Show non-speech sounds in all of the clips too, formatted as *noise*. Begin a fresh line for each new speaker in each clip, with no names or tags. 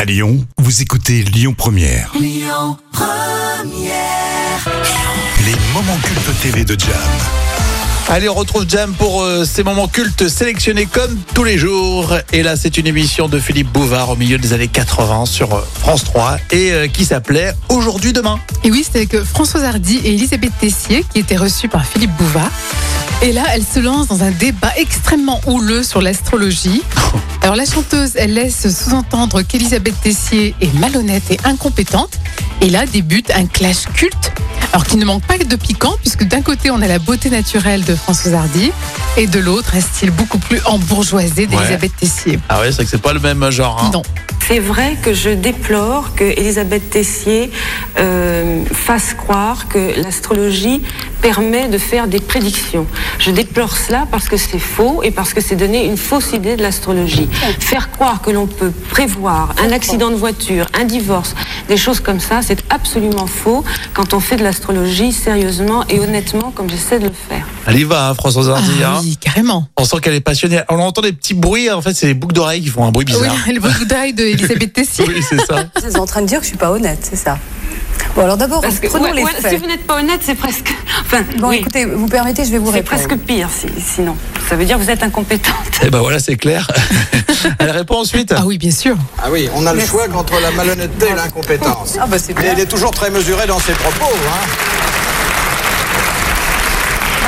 À Lyon, vous écoutez Lyon Première. Les moments cultes TV de Jam.
Allez, on retrouve Jam pour euh, ces moments cultes sélectionnés comme tous les jours. Et là, c'est une émission de Philippe Bouvard au milieu des années 80 sur euh, France 3 et euh, qui s'appelait Aujourd'hui Demain.
Et oui, c'était avec euh, Françoise Hardy et Elisabeth Tessier qui étaient reçues par Philippe Bouvard. Et là, elle se lance dans un débat extrêmement houleux
*laughs*
sur l'astrologie. Alors la chanteuse, elle laisse sous-entendre qu'Elisabeth Tessier est malhonnête et incompétente. Et là débute un clash culte, alors qui ne manque pas de piquant, puisque d'un côté on a la beauté naturelle de Françoise Hardy, et de l'autre un style beaucoup plus embourgeoisé d'Elisabeth Tessier.
Ah ouais, c'est vrai que c'est pas le même genre. hein.
Non.
C'est vrai que je déplore que Elisabeth Tessier euh, fasse croire que l'astrologie permet de faire des prédictions. Je déplore cela parce que c'est faux et parce que c'est donner une fausse idée de l'astrologie. Faire croire que l'on peut prévoir un accident de voiture, un divorce, des choses comme ça, c'est absolument faux quand on fait de l'astrologie sérieusement et honnêtement comme j'essaie de le faire.
Elle y va, hein, Françoise
Ah
Hardy. hein.
oui, carrément.
On sent qu'elle est passionnée. On entend des petits bruits. hein. En fait, c'est les boucles d'oreilles qui font un bruit
*laughs*
bizarre.
Ah Oui, le beau d'oreille de Elisabeth Tessier.
*laughs* oui c'est ça.
Vous êtes en train de dire que je suis pas honnête, c'est ça Bon, alors d'abord,
Parce que
prenons
ouais,
les
ouais, si
faits.
vous n'êtes pas honnête, c'est presque... Enfin,
Bon,
oui.
écoutez, vous permettez, je vais vous
C'est
répondre.
presque pire si- sinon. Ça veut dire que vous êtes incompétente.
Et ben voilà, c'est clair. *laughs* Elle répond ensuite.
Ah oui, bien sûr.
Ah oui, on a le choix entre la malhonnêteté et l'incompétence.
Ah bah c'est
Mais
bien.
il est toujours très mesuré dans ses propos. Hein.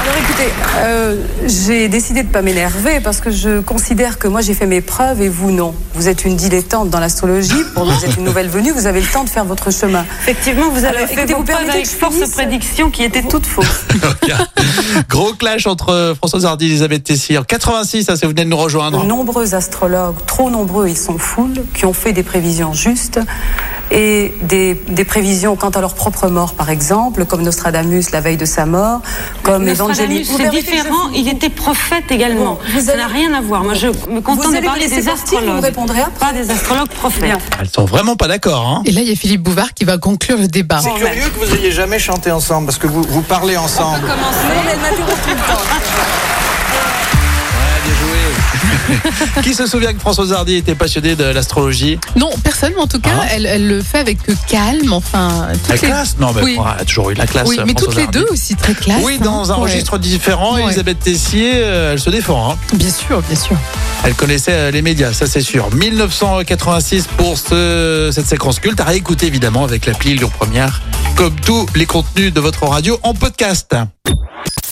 Alors écoutez, euh, j'ai décidé de pas m'énerver parce que je considère que moi j'ai fait mes preuves et vous non. Vous êtes une dilettante dans l'astrologie, pourtant vous êtes une nouvelle venue, vous avez le temps de faire votre chemin.
Effectivement, vous avez
Alors,
fait
écoutez,
vos
vous
preuves
permettez
avec
que je
force
finisse
prédiction qui était toute fausse.
Gros clash entre euh, Françoise Hardy et Elisabeth Tessier. En 86, ça, si vous venez de nous
De
rejoindre.
nombreux astrologues, trop nombreux, ils sont foules, qui ont fait des prévisions justes et des, des prévisions quant à leur propre mort, par exemple, comme Nostradamus la veille de sa mort, comme
Nostradamus,
Évangélie. Vous
c'est
permettez que je
différent. Il était prophète également.
Bon, vous
Ça
allez-
n'a rien à voir. Moi, je me
Vous
contente de
allez
parler
me laisser
des
partir, vous
astrologues.
répondrez après
Pas des astrologues prophètes.
Bien.
Elles sont vraiment pas d'accord. Hein.
Et là, il y a Philippe Bouvard qui va conclure le débat.
C'est curieux que vous ayez jamais chanté ensemble, parce que vous, vous parlez ensemble.
Non, mais elle m'interrompt tout le temps.
Qui se souvient que Françoise Hardy était passionnée de l'astrologie
Non, personne, mais en tout cas,
Ah.
elle, elle le fait avec euh, calme, enfin. toutes
La
les-
classe Non, mais
oui.
bon, elle a toujours eu la classe.
Oui, mais
Françoise
toutes les
Hardy.
deux aussi très classe.
Oui,
hein.
dans un
Ouais.
registre différent,
Ouais.
Elisabeth Tessier, euh, elle se défend. hein.
Bien sûr, bien sûr.
Elle connaissait euh, les médias, ça c'est sûr. 1986 pour ce- cette séquence culte. À réécouter évidemment avec l'appli Lyon Première, comme tous les contenus de votre radio en podcast.